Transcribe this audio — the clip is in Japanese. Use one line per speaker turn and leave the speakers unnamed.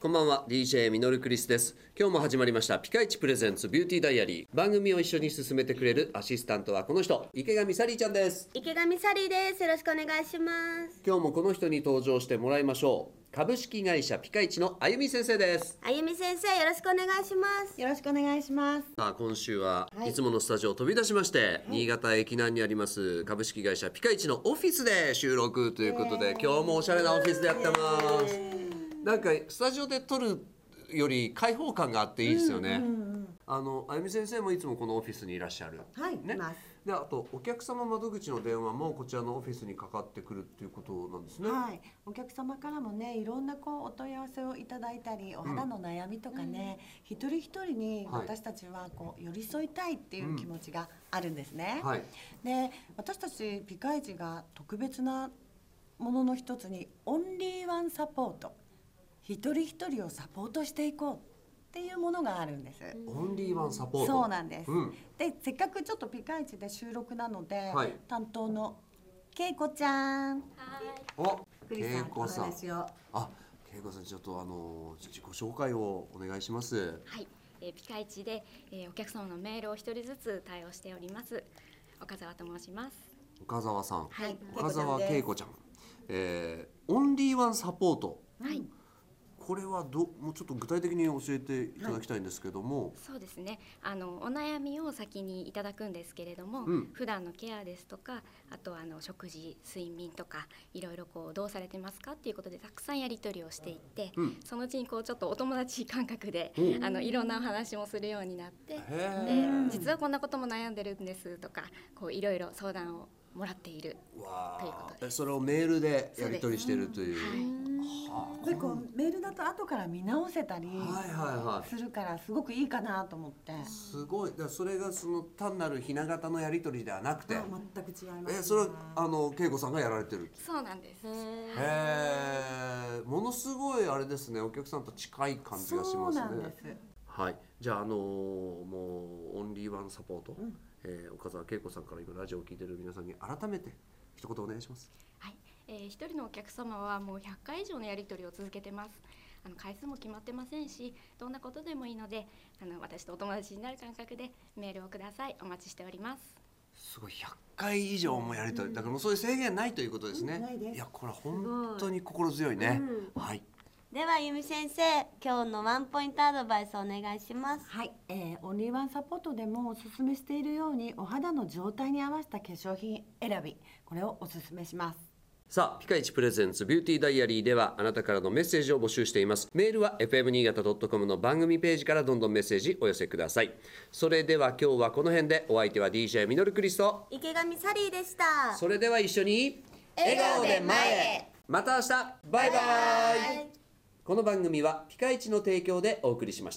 こんばんは DJ ミノルクリスです今日も始まりましたピカイチプレゼンツビューティーダイアリー番組を一緒に進めてくれるアシスタントはこの人池上サリーちゃんです
池上サリーですよろしくお願いします
今日もこの人に登場してもらいましょう株式会社ピカイチのあゆみ先生です
あゆみ先生よろしくお願いします
よろしくお願いします。
さあ今週は
はい
いつものスタジオを飛び出しまして、新潟駅南にあります株式会社ピカイチのオフィスで収録ということで、今日もおしゃれなオフィスでやってますなんかスタジオで撮るより開放感があっていいですよね、あのあゆみ先生もいつもこのオフィスにいらっしゃる
はい、
ね
います。
であとお客様窓口の電話もこちらのオフィスにかかってくるっていうことなんですね、
はい、お客様からもね、いろんなこうお問い合わせをいただいたり、お肌の悩みとかね、一人一人に
はい
私たちはこう寄り添いたいっていう気持ちがあるんですね。
はい
で、私たちピカイチが特別なものの一つにオンリーワンサポート、一人一人をサポートしていこうっていうものがあるんです。
オンリーワンサポート
そうなんです、
うん
でせっかくちょっとピカイチで収録なので、
はい
担当のけいこちゃん
お
クリ
恵子さん
ですよ
あ恵子さんちょっとあの自己紹介をお願いします
はい、えー、ピカイチで、えー、お客様のメールを一人ずつ対応しております。岡澤と申します。
岡澤さん、
はい
岡澤恵子ちゃん、えー、オンリーワンサポート
はい、
これはどもうちょっと具体的に教えていただきたいんですけども、
そうですね。あのお悩みを先にいただくんですけれども、
うん
普段のケアですとか、あとはあの食事、睡眠とかいろいろこうどうされてますかっていうことでたくさんやり取りをしていって、
うん
そのうちにこうちょっとお友達感覚で、
お
あのいろんなお話もするようになって、で
へえ
実はこんなことも悩んでるんですとか、こういろいろ相談をもらっている。
わ
ということ
あ
で
えそれをメールでやり取りしてるという
そうです
はあ
でこうメールだと後から見直せたり
はいはいはい
するからすごくいいかなと思って、
すごいだからそれがその単なるひな形のやり取りではなくて
全く違い
えそれはあの恵子さんがやられてる
そうなんです。
へえものすごいあれですねお客さんと近い感じがし
そ
ま
う
す
なんで
ね
す、
はいじゃああのーもうオンリーワンサポート、えー岡澤恵子さんから今ラジオを聞いてる皆さんに改めて一言お願いします
はい、えー、一人のお客様はもう100回以上のやり取りを続けてます。あの回数も決まってませんし、どんなことでもいいので、あの私とお友達になる感覚でメールをください。お待ちしております。
すごい100回以上もやり取り、だからもうそういう制限ないということですね、
うんないです
やこれは本当に心強いねはい
ではあゆみ先生今日のワンポイントアドバイスお願いします
はい、えーオンリーワンサポートでもおすすめしているようにお肌の状態に合わせた化粧品選びこれをおすすめします
さあピカイチプレゼンツビューティーダイアリーではあなたからのメッセージを募集していますメールは fm 新潟 .com の番組ページからどんどんメッセージお寄せくださいそれでは今日はこの辺でお相手は DJ ミノルクリスト
池上サリーでした
それでは一緒に
笑顔で前へ
また明日バイバイこの番組はピカイチの提供でお送りしました